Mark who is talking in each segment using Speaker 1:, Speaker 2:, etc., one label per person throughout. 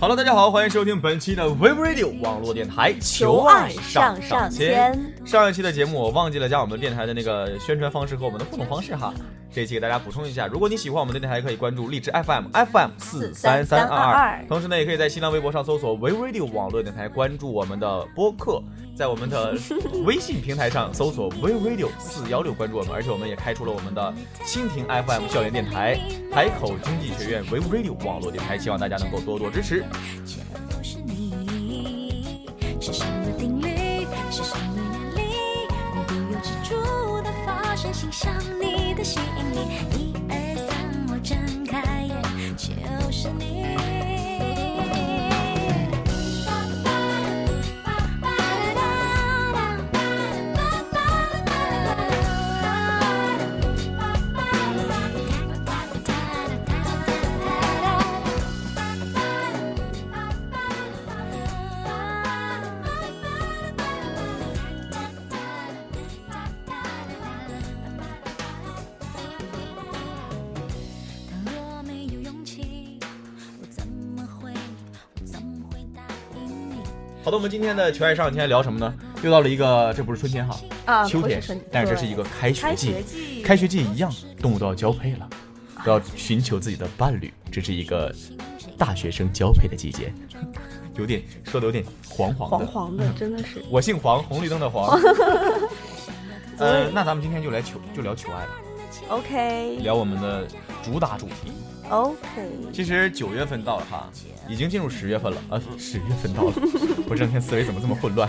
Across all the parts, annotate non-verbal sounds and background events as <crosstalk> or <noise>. Speaker 1: Hello，大家好，欢迎收听本期的 Web Radio 网络电台，求爱上上签。上一期的节目我忘记了加我们电台的那个宣传方式和我们的互动方式哈，这一期给大家补充一下。如果你喜欢我们的电台，可以关注荔枝 FM FM 四三三二二，同时呢，也可以在新浪微博上搜索 Web Radio 网络电台，关注我们的播客，在我们 <laughs> 的微信平台上搜索 Web Radio 四幺六，关注我们。而且我们也开出了我们的蜻蜓 FM 校园电台、海口经济学院 Web Radio 网络电台，希望大家能够多多支持。
Speaker 2: 却而不是你。世上的定律，世上的原理，无不由之处的发生，欣赏你的吸引力。一二三，我睁开眼，就是你。倘若没有勇气，我怎么会，我怎么会答应你？
Speaker 1: 好的，我们今天的求爱上天聊什么呢？又到了一个，这不是春天哈，
Speaker 3: 啊，
Speaker 1: 秋天
Speaker 3: 不春，
Speaker 1: 但是这是一个
Speaker 3: 对
Speaker 1: 开学
Speaker 3: 开
Speaker 1: 季
Speaker 3: 学，季，
Speaker 1: 开学季一样，动物都要交配了，都要寻求自己的伴侣，这是一个大学生交配的季节， <laughs> 有点说的有点黄黄的。
Speaker 3: 黄
Speaker 1: 嗯
Speaker 3: 黄的，真的是
Speaker 1: 我姓黄，红绿灯的
Speaker 3: <laughs>
Speaker 1: 黄。呃，那咱们今天就来求，就聊求爱吧，
Speaker 3: OK
Speaker 1: 聊我们的主打主题。
Speaker 3: OK，
Speaker 1: 其实九月份到了哈，已经进入十月份了啊，十月份到了， <laughs> 我这两天思维怎么这么混乱？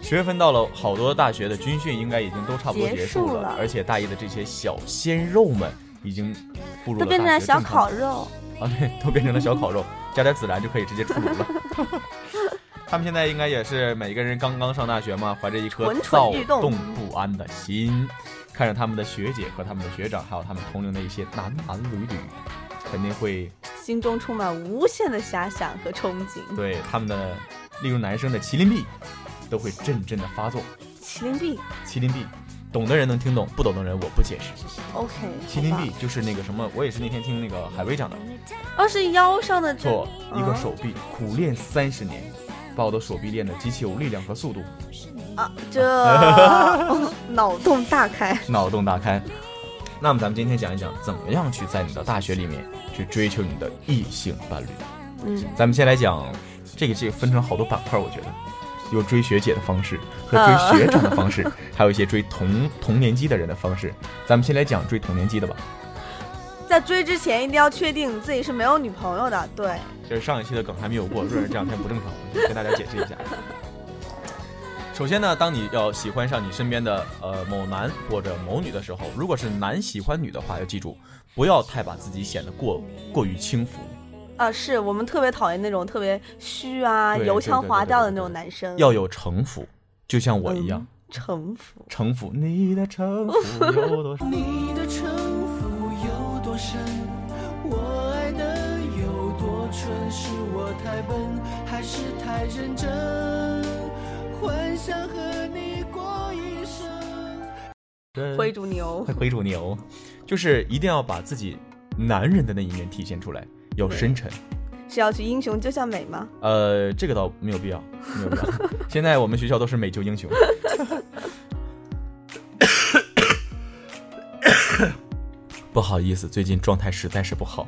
Speaker 1: 十月份到了，好多大学的军训应该已经都差不多结束了，
Speaker 3: 结束了
Speaker 1: 而且大一的这些小鲜肉们已经步入了大
Speaker 3: 都
Speaker 1: 学
Speaker 3: 变成了
Speaker 1: 正
Speaker 3: 小
Speaker 1: 常
Speaker 3: 烤肉，
Speaker 1: 啊，对，都变成了小烤肉，加点孜然就可以直接出炉
Speaker 3: <laughs>
Speaker 1: 了。他们现在应该也是每个人刚刚上大学嘛，怀着一颗
Speaker 3: 蠢蠢
Speaker 1: 躁
Speaker 3: 欲动
Speaker 1: 动不安的心，看着他们的学姐和他们的学长，还有他们同龄的一些男男女女，肯定会
Speaker 3: 心中充满无限的遐想和憧憬。
Speaker 1: 对他们的，例如男生的麒麟臂，都会阵阵的发作。
Speaker 3: 麒麟臂
Speaker 1: 麒麟臂，懂的人能听懂，不懂的人我不解释。
Speaker 3: OK，
Speaker 1: 麒麟
Speaker 3: 好
Speaker 1: 臂就是那个什么，我也是那天听那个海威讲的，
Speaker 3: 吧，哦是腰上的
Speaker 1: 做一个
Speaker 3: 嗯
Speaker 1: 手臂，苦练三十年，把我的手臂练得极其有力量和速度，
Speaker 3: 啊，这
Speaker 1: <laughs>
Speaker 3: 脑洞大开。
Speaker 1: 脑洞大开。那么咱们今天讲一讲，怎么样去在你的大学里面去追求你的异性伴侣。
Speaker 3: 嗯，
Speaker 1: 咱们先来讲这个，这个分成好多板块，我觉得有追学姐的方式和追学长的方式，还有一些追同同年级的人的方式。咱们先来讲追同年级的吧，
Speaker 3: <laughs> 在追之前一定要确定自己是没有女朋友的，对，
Speaker 1: 这是上一期的梗还没有过，润儿这两天不正常，跟大家解释一下。首先呢，当你要喜欢上你身边的呃某男或者某女的时候，如果是男喜欢女的话，要记住不要太把自己显得过过于轻浮，
Speaker 3: 啊，是我们特别讨厌那种特别虚啊、
Speaker 1: 对
Speaker 3: 油
Speaker 1: 对
Speaker 3: 腔
Speaker 1: 对
Speaker 3: 滑
Speaker 1: 对
Speaker 3: 调
Speaker 1: 对
Speaker 3: 的那
Speaker 1: 对
Speaker 3: 种男生，
Speaker 1: 要有城府，就像我一样。
Speaker 3: 嗯城府。
Speaker 1: 城府，你的城府有多深？
Speaker 4: 你的城府有多深？我爱的有多蠢？是我太笨，还是太认真？幻想和你过一生。
Speaker 3: <laughs> 灰
Speaker 1: <laughs>
Speaker 3: 猪牛
Speaker 1: 会，回主牛，就是一定要把自己男人的那一面体现出来，要深沉。
Speaker 3: 是要去英雄救下美吗？
Speaker 1: 呃，这个倒没有必要，没有
Speaker 3: <laughs>
Speaker 1: 必要。现在我们学校都是美救英雄。不好意思，最近状态实在是不好，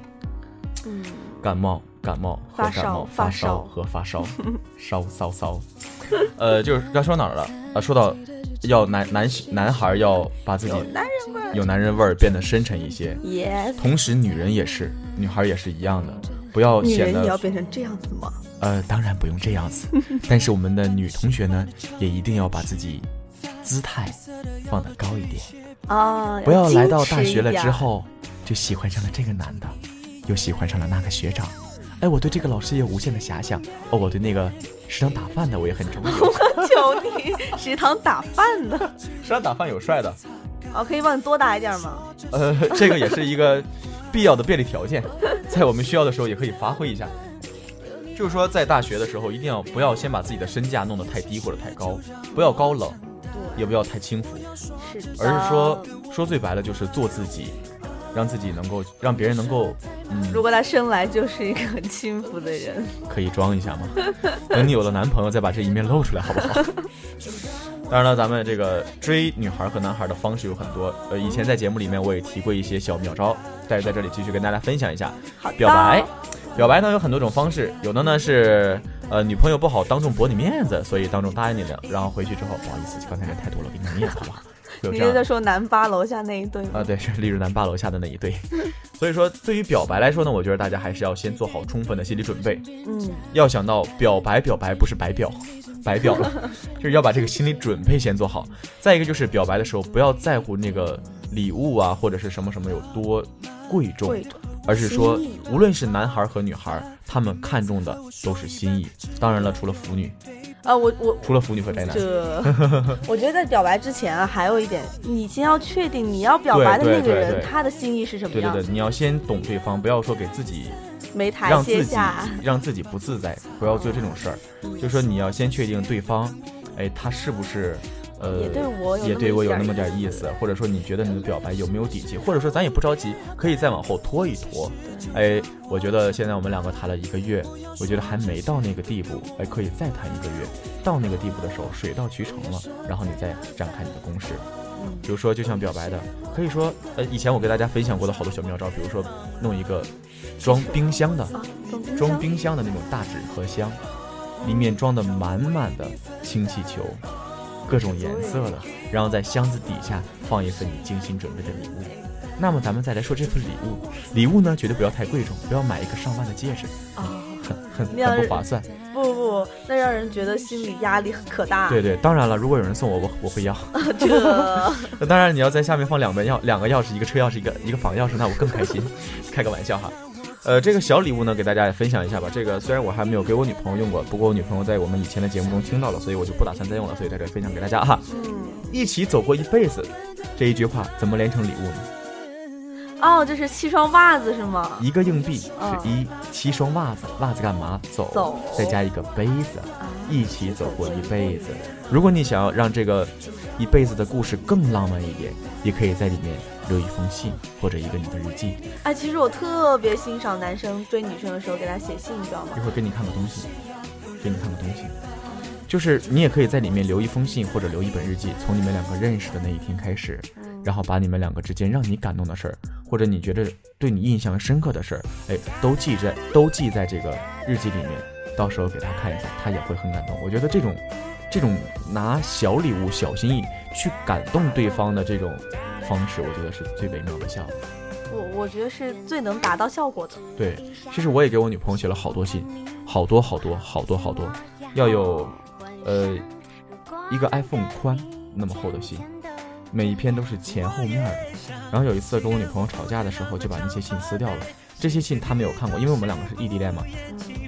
Speaker 3: 嗯，
Speaker 1: 感冒、感冒和
Speaker 3: 发
Speaker 1: 感冒、
Speaker 3: 烧
Speaker 1: 发
Speaker 3: 发
Speaker 1: 烧
Speaker 3: 烧
Speaker 1: 和发
Speaker 3: <laughs>
Speaker 1: 烧，烧骚骚。呃，就是刚说哪儿了？啊，说到要男男男孩要把自己
Speaker 3: 男人味儿。
Speaker 1: 有男人味儿变得深沉一些，
Speaker 3: Yes，
Speaker 1: 同时，女人也是，女孩也是一样的，不要
Speaker 3: 女
Speaker 1: 显
Speaker 3: 人也要
Speaker 1: 得
Speaker 3: 变成这样子吗？
Speaker 1: 呃，当然不用这样
Speaker 3: <laughs>
Speaker 1: 子。但是我们的女同学呢，也一定要把自己姿态放得高一点，
Speaker 3: 啊，
Speaker 1: 不要来到
Speaker 3: 矜持
Speaker 1: 大学了
Speaker 3: 一点
Speaker 1: 之，后就喜欢上了这个男的，又喜欢上了那个学长。哎，我对这个老师也有无限的遐想。哦，我对那个食堂打饭的我也很
Speaker 3: <laughs>
Speaker 1: 中意。
Speaker 3: <laughs> 求你食堂打饭的，
Speaker 1: 食堂打饭有帅的，
Speaker 3: 哦，可以帮你多打一点吗？
Speaker 1: 呃，这个也是一个必要的便利条件，在我们需要的时候也可以发挥一下。就是说，在大学的时候，一定要不要先把自己的身价弄得太低或者太高，不要高冷，也不要太轻浮，
Speaker 3: 是的，
Speaker 1: 而是说说最白了就是做自己，让自己能够让别人能够，嗯，
Speaker 3: 如果他生来就是一个很轻浮的人，
Speaker 1: 可以装一下
Speaker 3: <laughs>
Speaker 1: 吗？等你有了男朋友再把这一面露出来，好不 <laughs> 好？当然了，咱们这个追女孩和男孩的方式有很多，呃，以前在节目里面我也提过一些小妙招，但是在这里继续跟大家分享一下。
Speaker 3: 好的
Speaker 1: 表白，表白呢有很多种方式，有的呢是呃女朋友不好当众驳你面子，所以当众答应你的，然后回去之后不好意思，刚才人太多了，我给你面子好
Speaker 3: <laughs>
Speaker 1: 不好？会有
Speaker 3: 你
Speaker 1: 这样
Speaker 3: 是
Speaker 1: 的
Speaker 3: 在说南八楼下那一对吗？
Speaker 1: 啊，对，是 <laughs> 丽日南八楼下的那一对。所以说，对于表白来说呢，我觉得大家还是要先做好充分的心理准备，
Speaker 3: 嗯，
Speaker 1: 要想到表白，表白不是白表， <laughs> 白表
Speaker 3: <laughs>
Speaker 1: 了，就是要把这个心理准备先做好。再一个就是表白的时候，不要在乎那个礼物啊，或者是什么什么有多贵重，
Speaker 3: 贵重
Speaker 1: 而是说
Speaker 3: 心意，
Speaker 1: 无论是男孩和女孩，他们看重的都是心意。当然了，除了腐女，
Speaker 3: 啊，我我
Speaker 1: 除了腐女和宅男，
Speaker 3: 这， <laughs> 我觉得在表白之前啊，还有一点，你先要确定你要表白的
Speaker 1: 对
Speaker 3: 那个
Speaker 1: 对
Speaker 3: 人
Speaker 1: 对
Speaker 3: 他的心意是什么
Speaker 1: 对对
Speaker 3: 样
Speaker 1: 对，，你要先懂对方，不要说给自己
Speaker 3: 没台
Speaker 1: 让
Speaker 3: 阶
Speaker 1: 自己
Speaker 3: 下，
Speaker 1: 让自己不自在，不要做这种事儿。就说你要先确定对方，哎，他是不是呃
Speaker 3: 也对我有
Speaker 1: 也
Speaker 3: 那么
Speaker 1: 对
Speaker 3: 一
Speaker 1: 我有
Speaker 3: 点
Speaker 1: 那么
Speaker 3: 意
Speaker 1: 点意思，或者说你觉得你的表白有没有底气，或者说咱也不着急，可以再往后拖一拖。哎，我觉得现在我们两个谈了一个月，我觉得还没到那个地步，哎，可以再谈一个月。到那个地步的时候，水到渠成了，然后你再展开你的攻势。
Speaker 3: 嗯
Speaker 1: 比如说，就像表白的，可以说，呃，以前我给大家分享过的好多小妙招，比如说弄一个装冰箱的，
Speaker 3: 啊
Speaker 1: 装冰箱的那种大纸盒箱，里面装的满满的氢气球，各种颜色的，然后在箱子底下放一份你精心准备的礼物。那么咱们再来说这份礼物，礼物呢绝对不要太贵重，不要买一个上万的戒指，
Speaker 3: 啊，
Speaker 1: 很很
Speaker 3: 那样
Speaker 1: 很不划算。
Speaker 3: 不不，那让人觉得心理压力可大。
Speaker 1: 对对，当然了，如果有人送我，我我会要。
Speaker 3: 这
Speaker 1: 那当然，你要在下面放两门钥，两个钥匙，一个车钥匙，一个一个房钥匙，那我更开心。开个玩笑哈。呃，这个小礼物呢，给大家也分享一下吧。这个虽然我还没有给我女朋友用过，不过我女朋友在我们以前的节目中听到了，所以我就不打算再用了，所以在这分享给大家哈。
Speaker 3: 嗯，
Speaker 1: 一起走过一辈子，这一句话怎么连成礼物呢？
Speaker 3: 哦，这是七双袜子是吗？
Speaker 1: 一个硬币是一，七双袜子，袜子干嘛？走，啊
Speaker 3: 走
Speaker 1: 再加一个杯子，一起走过一辈子。如果你想要让这个一辈子的故事更浪漫一点，也可以在里面留一封信或者一个你的日记。
Speaker 3: 哎，其实我特别欣赏男生追女生的时候给她写信，你知道吗
Speaker 1: 一？会儿给你看个东西，给你看个东西。就是你也可以在里面留一封信或者留一本日记，从你们两个认识的那一天开始，然后把你们两个之间让你感动的事儿，或者你觉得对你印象深刻的事儿，哎，都记在都记在这个日记里面，到时候给他看一下，他也会很感动。我觉得这种这种拿小礼物、小心意去感动对方的这种方式，我觉得是最美妙的效果。
Speaker 3: 我我觉得是最能达到效果的。
Speaker 1: 对，其实我也给我女朋友写了好多信，好多好多好多好多，要有，呃，一个 iPhone 宽那么厚的信，每一篇都是前后面的。然后有一次跟我女朋友吵架的时候，就把那些信撕掉了。这些信她没有看过，因为我们两个是异地恋嘛。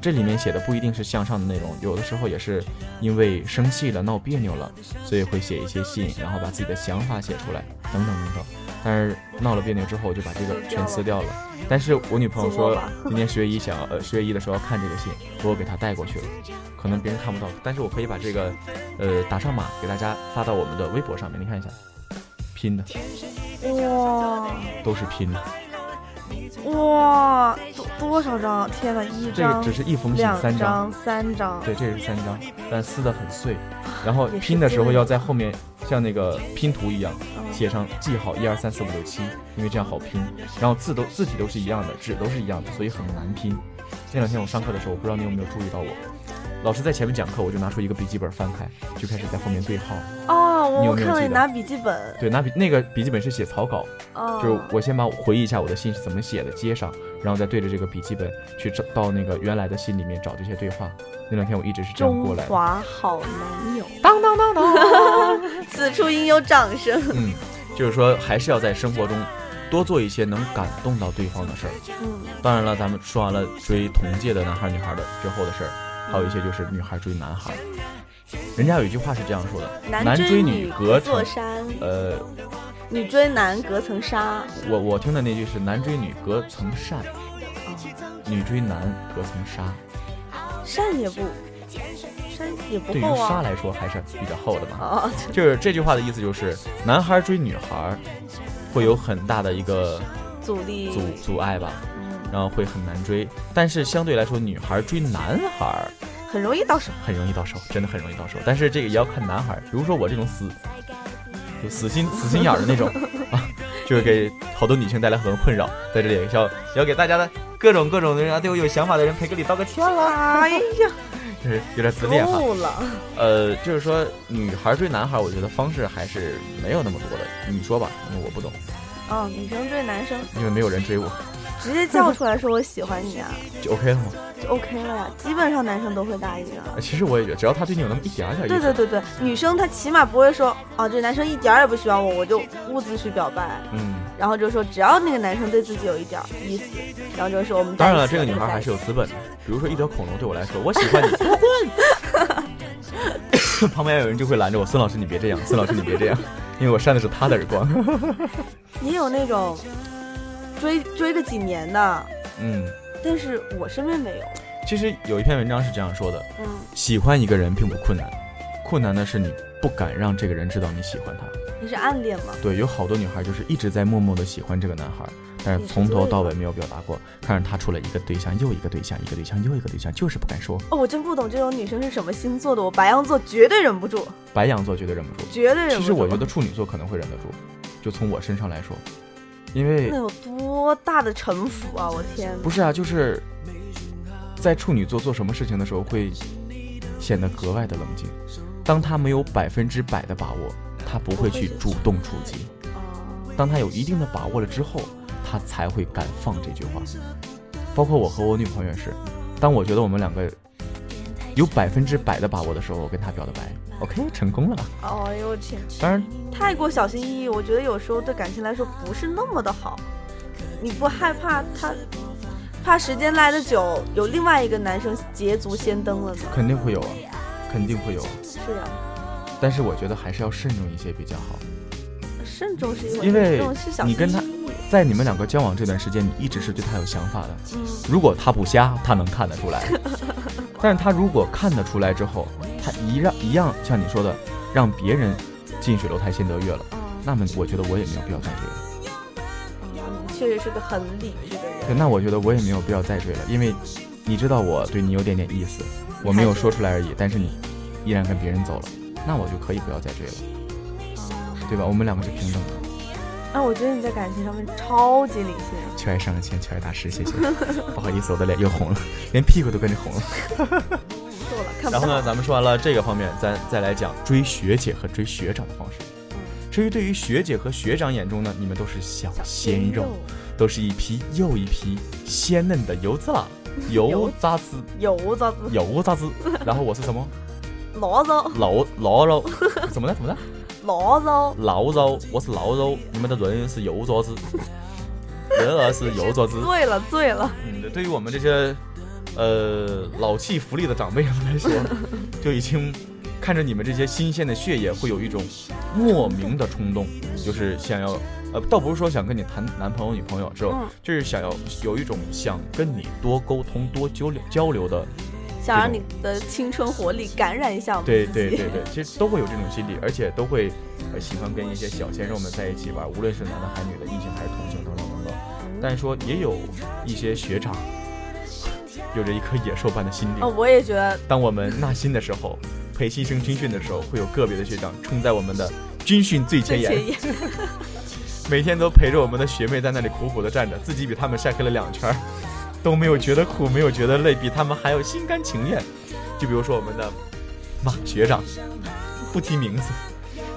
Speaker 1: 这里面写的不一定是向上的内容，有的时候也是因为生气了、闹别扭了，所以会写一些信，然后把自己的想法写出来，等等等等。但是闹了别扭之后，我就把这个全撕掉了。但是我女朋友
Speaker 3: 自摸
Speaker 1: 说
Speaker 3: 吧，
Speaker 1: <laughs> 今年十月一想要呃十月一的时候要看这个信，我又给她带过去了，可能别人看不到，但是我可以把这个呃打上码给大家发到我们的微博上面，你看一下，拼的
Speaker 3: 哇
Speaker 1: 都是拼的，
Speaker 3: 哇，多多少张？天哪，一
Speaker 1: 这个
Speaker 3: 张、
Speaker 1: 只是一封信
Speaker 3: 两
Speaker 1: 三张，
Speaker 3: 张、三张，
Speaker 1: 对，这是三张，但撕的很碎，然后
Speaker 3: 啊也是
Speaker 1: 拼的时候
Speaker 3: 撕得
Speaker 1: 要在后面像那个拼图一样
Speaker 3: 嗯
Speaker 1: 写上记号一二三四五六七，因为这样好拼，然后字都字体都是一样的，纸都是一样的，所以很难拼。那两天我上课的时候，我不知道你有没有注意到我，老师在前面讲课，我就拿出一个笔记本翻开，就开始在后面对号。
Speaker 3: 哦，我
Speaker 1: 你有
Speaker 3: 我
Speaker 1: 没有
Speaker 3: 看到
Speaker 1: 记
Speaker 3: 你
Speaker 1: 得
Speaker 3: 拿笔记本，
Speaker 1: 对，拿笔那个笔记本是写草稿，
Speaker 3: 哦，
Speaker 1: 就是我先把我回忆一下我的信是怎么写的，接上，然后再对着这个笔记本去找到那个原来的信里面找这些对话。那两天我一直是这样过
Speaker 3: 中
Speaker 1: 来的。
Speaker 3: 华好男友，当当当当， <laughs> 此处应有掌声。
Speaker 1: 嗯， <coughs> 就是说还是要在生活中多做一些能感动到对方的事儿。
Speaker 3: 嗯，
Speaker 1: 当然了，咱们说完了追同届的男孩女孩的之后的事儿，还有一些就是女孩追男孩。人家有一句话是这样说的：
Speaker 3: 男
Speaker 1: 追
Speaker 3: 女
Speaker 1: 隔层
Speaker 3: 座。山，
Speaker 1: 呃，
Speaker 3: 女追男隔层纱。
Speaker 1: 我我听的那句是男追女隔层善，
Speaker 3: 哦
Speaker 1: 女追男隔层纱。
Speaker 3: 善也不，善也不
Speaker 1: 对于
Speaker 3: 够
Speaker 1: 纱
Speaker 3: 啊。
Speaker 1: 来说还是比较厚的嘛。
Speaker 3: 哦，
Speaker 1: 就是这句话的意思就是，男孩追女孩会有很大的一个
Speaker 3: 阻力
Speaker 1: 阻阻碍吧，
Speaker 3: 嗯，
Speaker 1: 然后会很难追。但是相对来说，女孩追男孩儿
Speaker 3: 很容易
Speaker 1: <laughs>
Speaker 3: 到手。
Speaker 1: 很容易到手，真的很容易到手。但是这个也要看男孩儿，比如说我这种
Speaker 3: <laughs>
Speaker 1: 死就死心死心眼儿的那种 <laughs> 啊，就会给好多女性带来很多困扰。在这里也要要给大家的各种各种的人啊，对我有想法的人赔个礼道个歉啦，
Speaker 3: 哎呀，
Speaker 1: 就是有点自恋哈。<laughs>
Speaker 3: 够了，
Speaker 1: 呃，就是说女孩追男孩，我觉得方式还是没有那么多的。你说吧，因为我不懂，
Speaker 3: 嗯，女生追男生
Speaker 1: 因为没有人追我，
Speaker 3: 直接叫出来说我喜欢你啊，
Speaker 1: 就 OK 了吗？
Speaker 3: 就 OK 了呀。基本上男生都会答应啊。
Speaker 1: 其实我也觉得，只要他对你有那么一点儿哎点儿意
Speaker 3: 对
Speaker 1: 思，
Speaker 3: 对对对，女生她起码不会说啊，这男生一点儿也不喜欢我，我就兀自去表白，
Speaker 1: 嗯。
Speaker 3: 然后就说只要那个男生对自己有一点儿意思，然后就说我们
Speaker 1: 当然了，
Speaker 3: 在
Speaker 1: 这
Speaker 3: 一
Speaker 1: 个
Speaker 3: 起
Speaker 1: 女孩还是有
Speaker 3: 在
Speaker 1: 资本的。比如说一条恐龙对我来说，我喜欢你， <laughs> 旁边有人就会拦着我，孙老师你别这样，孙老师你别这样，因为我扇的是他的耳光。
Speaker 3: 一起也有那种追追个几年的，
Speaker 1: 嗯，
Speaker 3: 但是我身边没有，
Speaker 1: 其实有一篇文章是这样说的：
Speaker 3: 嗯
Speaker 1: 喜欢一个人并不困难，困难的是你不敢让这个人知道你喜欢他。
Speaker 3: 你是暗恋吗？
Speaker 1: 对，有好多女孩就是一直在默默的喜欢这个男孩，但是从头到尾没有表达过，看着他处了一个对象又一个对象，一个对象又一个对象，就是不敢说。
Speaker 3: 哦，我真不懂这种女生是什么星座的，我白羊座绝对忍不住，
Speaker 1: 白羊座绝对忍不住。
Speaker 3: 绝对忍不住。
Speaker 1: 其实我觉得处女座可能会忍得住，就从我身上来说，因为
Speaker 3: 那有多大的城府啊！我天，
Speaker 1: 不是啊，就是在处女座做什么事情的时候会显得格外的冷静。当他没有百分之百的把握，他不会去主动出击；
Speaker 3: 啊
Speaker 1: 当他有一定的把握了之后，他才会敢放这句话。包括我和我女朋友也是，当我觉得我们两个有百分之百的把握的时候，我跟她表的白，OK，成功了。
Speaker 3: 哦，哎呦我天，
Speaker 1: 当然，
Speaker 3: 太过小心翼翼，我觉得有时候对感情来说不是那么的好。你不害怕他，怕时间来的久，有另外一个男生捷足先登了呢？
Speaker 1: 肯定会有啊，肯定会有啊。
Speaker 3: 是啊，
Speaker 1: 但是我觉得还是要慎重一些比较好。
Speaker 3: 慎重是一回事，
Speaker 1: 因为
Speaker 3: 这种是小
Speaker 1: 你
Speaker 3: 心
Speaker 1: 跟他
Speaker 3: 翼翼
Speaker 1: 在你们两个交往这段时间，你一直是对他有想法的。
Speaker 3: 嗯，
Speaker 1: 如果他不瞎，他能看得出来。但是他如果看得出来之后，他一让一样像你说的，让别人近水楼台先得月了，
Speaker 3: 啊，
Speaker 1: 那么我觉得我也没有必要再追了。
Speaker 3: 你哦确实是个很理智的人。
Speaker 1: 对，那我觉得我也没有必要再追了，因为你知道我对你有点点意思，我没有说出来而已。但是你依然跟别人走了，那我就可以不要再追了，对吧？我们两个是平等的。
Speaker 3: 哎、我觉得你在感情上面超级理性。
Speaker 1: 求爱上了线，求爱大师，谢谢。 <laughs> 不好意思，我的脸又红了， <laughs> 连屁股都跟着红了。
Speaker 3: 够了，看不
Speaker 1: 然后
Speaker 3: 到
Speaker 1: 呢，咱们说完了这个方面，咱再来讲追学姐和追学长的方式。至于对于学姐和学长眼中呢，你们都是小鲜肉，都是一批又一批鲜嫩的油滋 <laughs> 啦，油渣子，
Speaker 3: 油糟子，
Speaker 1: 油渣子。然后我是什么？
Speaker 3: 醪糟，
Speaker 1: 老老肉， <laughs> 怎么了？怎么了？
Speaker 3: 醪糟，
Speaker 1: 老肉，我是老肉，你们的人是油渣子，人儿是油渣子。
Speaker 3: 醉了醉了，
Speaker 1: 嗯，对，对于我们这些呃老气福利的长辈们来说，就已经看着你们这些新鲜的血液，会有一种莫名的冲动，就是想要呃，倒不是说想跟你谈男朋友、女朋友，之后、
Speaker 3: 嗯
Speaker 1: 就是想要有一种想跟你多沟通、多交流交流的，
Speaker 3: 想让你的青春活力感染一下我们
Speaker 1: 对
Speaker 3: 自
Speaker 1: 对
Speaker 3: 己。
Speaker 1: 对对，其实都会有这种心理，而且都会呃喜欢跟一些小鲜肉们在一起玩，无论是男的、还女的、异性还是同性等等等等。
Speaker 3: 嗯
Speaker 1: 但是说也有一些学长。有着一颗野兽般的心灵
Speaker 3: 哦，我也觉得
Speaker 1: 当我们纳新的时候，陪新生军训的时候，会有个别的学长冲在我们的军训最前
Speaker 3: 这
Speaker 1: 沿，
Speaker 3: 些也
Speaker 1: 每天都陪着我们的学妹在那里苦苦的站着，自己比他们晒黑了两圈儿，都没有觉得苦，没有觉得累，比他们还要心甘情愿。就比如说我们的马学长，不提名字，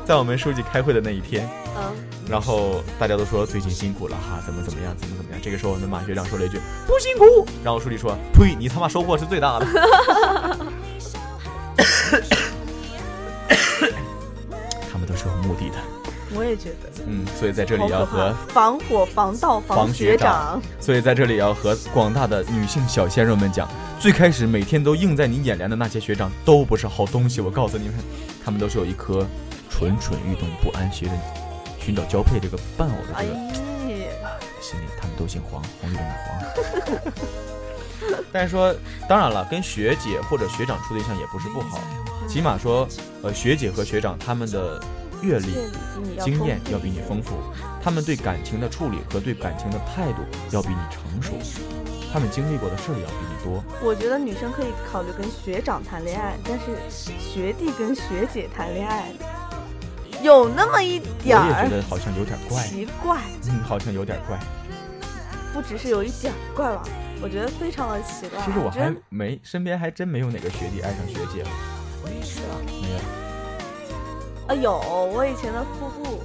Speaker 1: 在我们书记开会的那一天，
Speaker 3: 嗯，
Speaker 1: 然后大家都说最近辛苦了哈，怎么怎么样，怎么怎么样。这个时候，我们的马学长说了一句“不辛苦”，然后书记说：“呸，你他妈收获是最
Speaker 3: <laughs>
Speaker 1: 大的。”他们都是有目的的，
Speaker 3: 我也觉得。
Speaker 1: 嗯，所以在这里
Speaker 3: 好
Speaker 1: 要
Speaker 3: 可
Speaker 1: 和
Speaker 3: 怕！防火防盗
Speaker 1: 防学
Speaker 3: 学
Speaker 1: 长，所以在这里要和广大的女性小鲜肉们讲，最开始每天都映在你眼帘的那些学长都不是好东西，我告诉你们，他们都是有一颗蠢蠢欲动、不安、学着寻找交配这个伴偶的
Speaker 3: 哎
Speaker 1: 这个。，心里他们都姓黄，红绿灯的黄。但是说，当然了，跟学姐或者学长处对象也不是不好，起码说，呃，学姐和学长他们的阅历、
Speaker 3: 比你要
Speaker 1: 经验
Speaker 3: 丰
Speaker 1: 要比你丰富，他们对感情的处理和对感情的态度要比你成熟，他们经历过的事儿要比你多。
Speaker 3: 富。我觉得女生可以考虑跟学长谈恋爱，但是学弟跟学姐谈恋爱，有那么一点
Speaker 1: 我也觉
Speaker 3: 儿
Speaker 1: 得好像有点怪，
Speaker 3: 奇怪，
Speaker 1: 嗯，好像有点怪。
Speaker 3: 不只是有一点儿怪吧，我觉得非常的奇怪。啊
Speaker 1: 其实我
Speaker 3: 觉得
Speaker 1: 还没身边还真没有哪个学弟爱上学姐，没有。
Speaker 3: 啊有我以前的夫妇，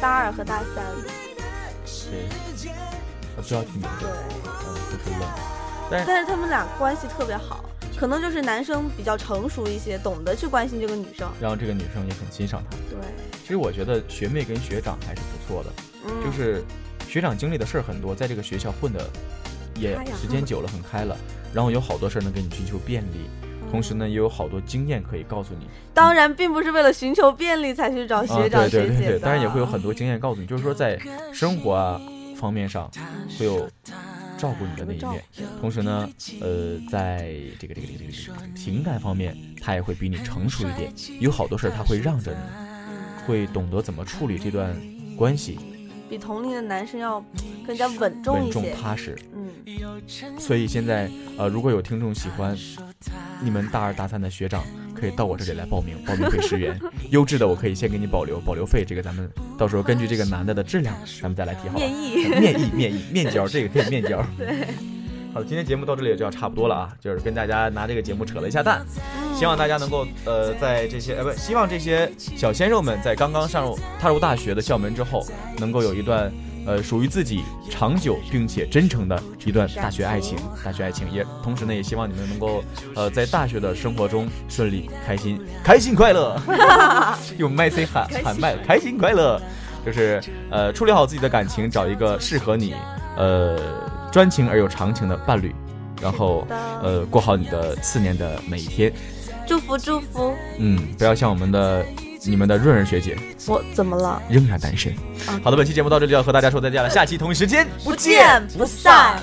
Speaker 3: 大二和大三，
Speaker 1: 谁？我知道挺名
Speaker 3: 对
Speaker 1: 字，，嗯，不追问。
Speaker 3: 但是他们俩关系特别好，可能就是男生比较成熟一些，懂得去关心这个女生。
Speaker 1: 然后这个女生也很欣赏他。
Speaker 3: 对，
Speaker 1: 其实我觉得学妹跟学长还是不错的，
Speaker 3: 嗯，
Speaker 1: 就是学长经历的事儿很多，在这个学校混的也
Speaker 3: 开呀
Speaker 1: 时间久了很开了，然后有好多事儿能给你寻求便利，同时呢也有好多经验可以告诉你。
Speaker 3: 当然并不是为了寻求便利才去找
Speaker 1: 啊，
Speaker 3: 学
Speaker 1: 对
Speaker 3: 长
Speaker 1: 对
Speaker 3: 学
Speaker 1: 对
Speaker 3: 姐
Speaker 1: 对，
Speaker 3: 的，
Speaker 1: 当然也会有很多经验告诉你，就是说在生活啊方面上会有照顾你的那一面，同时呢，呃，在这个这个这个这个这个情感方面，他也会比你成熟一点，有好多事儿他会让着你，会懂得怎么处理这段关系，
Speaker 3: 比同龄的男生要更加稳重
Speaker 1: 稳
Speaker 3: 一
Speaker 1: 重
Speaker 3: 些。
Speaker 1: 踏实。
Speaker 3: 嗯，
Speaker 1: 所以现在呃，如果有听众喜欢你们大二大三的学长，可以到我这里来报名，报名费十元， <laughs> 优质的我可以先给你保留，保留费这个咱们到时候根据这个男的的质量，咱们再来提好吧。
Speaker 3: 面议。
Speaker 1: 面议面议面交，这个可以面交。对。好了，今天节目到这里也就要差不多了啊，就是跟大家拿这个节目扯了一下蛋，希望大家能够呃在这些呃不，希望这些小鲜肉们在刚刚上入踏入大学的校门之后，能够有一段呃属于自己长久并且真诚的一段大学爱情，大学爱情也同时呢也希望你们能够呃在大学的生活中顺利开心开心快乐。用麦 C 喊喊麦，开心快乐，就是呃，处理好自己的感情，找一个适合你呃专情而又长情的伴侣，然后
Speaker 3: 是的
Speaker 1: 呃过好你的四年的每一天，
Speaker 3: 祝福祝福，
Speaker 1: 嗯，不要像我们的你们的润润学姐
Speaker 3: 我怎么了？
Speaker 1: 仍然单身。好的，本期节目到这里就要和大家说再见了，下期同一时间
Speaker 3: 不见不散。